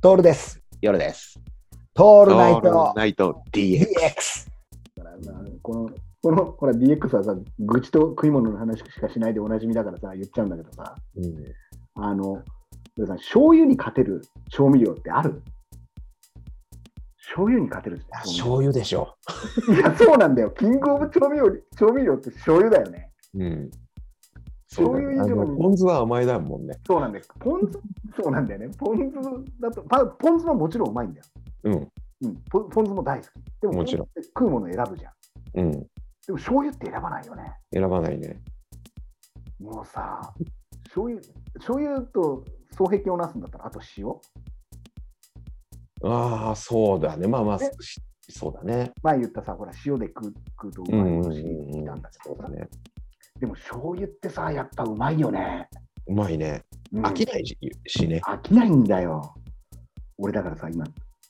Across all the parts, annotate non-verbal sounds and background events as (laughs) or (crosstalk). トールです。夜です。トオールナイトナイト DX。 DX。この、この、ほら DX はさ、愚痴と食い物の話しかしないでおなじみだからさ、言っちゃうんだけどさ、あの、皆さん、醤油に勝てる調味料ってある醤油に勝てる醤油でしょ。油いや、そうなんだよ。キングオブ調味料、調味料って醤油だよね。うん。醤油以あ上のに。ポン酢は甘いだもんね。そうなんだよ。ポン酢、そうなんだよね。ポン酢だと、パポン酢ももちろんうまいんだよ。うん。うん、ポポン酢も大好き。でも、もちろんポン酢って食うもの選ぶじゃん。うん。でも、醤油って選ばないよね。選ばないね。もうさ、醤油、醤油と双璧をなすんだったら、あと塩、ああ、そうだね。まあまあえ、しそうだね。前言ったさ、ほら、塩で食う食うとううんまいうんうとんしういんたんだけそどうださ、ね。でも醤油ってさ、やっぱうまいよね。うまいね。うん飽きないししね。飽きないんだよ。俺だからさ、今、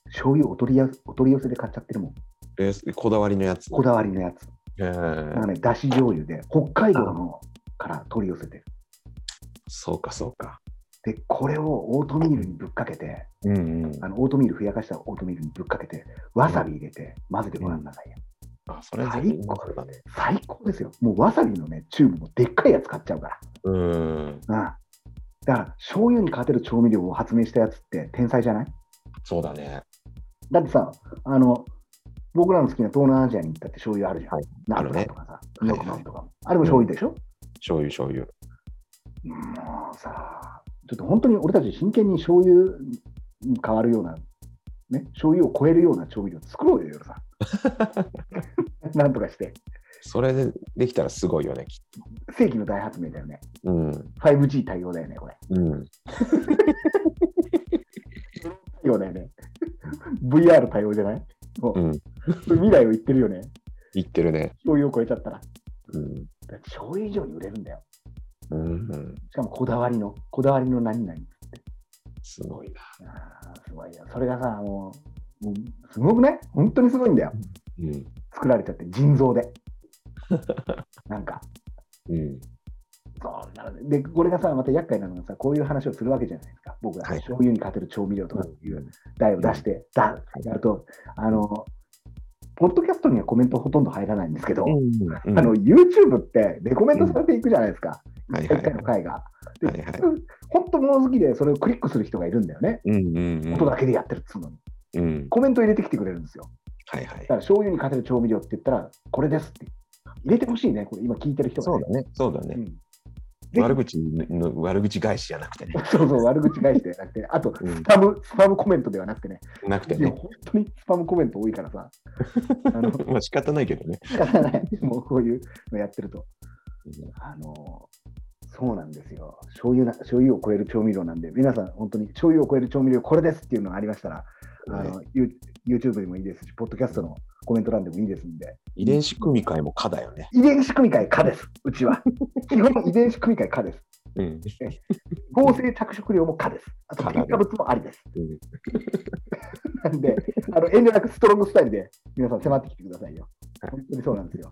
醤油お取りやお取り寄せで買っちゃってるもん、えーこだわりのやつ。こだわりのやつ。えだからーね、だし醤油で、北海道のから取り寄せてる。そうか、そうか。で、これをオートミールにぶっかけて、うんうん。あのオートミールふやかしたオートミールにぶっかけて、わさび入れて混ぜてごらんなさいよ。あ、それは最高だね。最高ですよ。もうわさびのね、チューブもでっかいやつ買っちゃうから。うん。うん。だから、醤油に勝てる調味料を発明したやつって天才じゃないそうだね。だってさ、あの、僕らの好きな東南アジアに行ったって醤油あるじゃん。はいナあンるプラねーとかさ、いミはョいクマンとかも。あれも醤油でしょ、醤油、醤油。もうさ、ちょっと本当に俺たち真剣に醤油に変わるような、ね、醤油を超えるような調味料作ろうよ、夜さん。 (laughs) なんとかして。それでできたらすごいよね。きっ世紀の大発明だよね。とうん。 5G 対応だよね、これ。うん。対応だよね。VR 対応じゃないもう、うん未来を言ってるよね。いってるね。醤油を超えちゃったら。うん。だって醤油以上に売れるんだよ。うんうん。しかもこだわりの、こだわりの何々。すごいな。あーすごいよ。それがさ、もう、もうすごくね本当にすごいんだよ。うん。作られちゃって、腎 (laughs) 臓で。なんか、うん。そうなので、でこれがさ、また厄介なのがさ、こういう話をするわけじゃないですか。僕が、はい醤油に勝てる調味料とかっていう題を出して、だ、やると、あの、ポッドキャストにはコメントほとんど入らないんですけど、うんうんあの、YouTube ってレコメントされていくじゃないですか。はい一は回い一回の回が。ではいはい本当物好きでそれをクリックする人がいるんだよね。うんうんうん音だけでやってるっつうのに。うん。コメント入れてきてくれるんですよ。はいはいだか。ら醤油に勝てる調味料って言ったら、これですって。入れてほしいね、これ今聞いてる人が、そうだね。そうだうね。んで悪口の悪口返しじゃなくてね。そうそう、悪口返してじゃなくて、あと、うんスパム、スパムコメントではなくてね、なくていやね。本当にスパムコメント多いからさ、あの、まあ仕方ないけどね。仕方ない、もうこういうのやってると。あの、そうなんですよ。醤油な、醤油を超える調味料なんで、皆さん本当に醤油を超える調味料、これですっていうのがありましたら、あの、ユ YouTube でもいいですし、ポッドキャストのコメント欄でもいいですんで、遺伝子組み換えも課だよね。遺伝子組み換え可です、う (laughs) ちは。基本遺伝子組み換え可です。うん。合成着色料も可です。あと、可だね添加物もありです (laughs) うん。なんで、あの遠慮なくストロングスタイルで皆さん迫ってきてくださいよ。本当にそうなんですよ。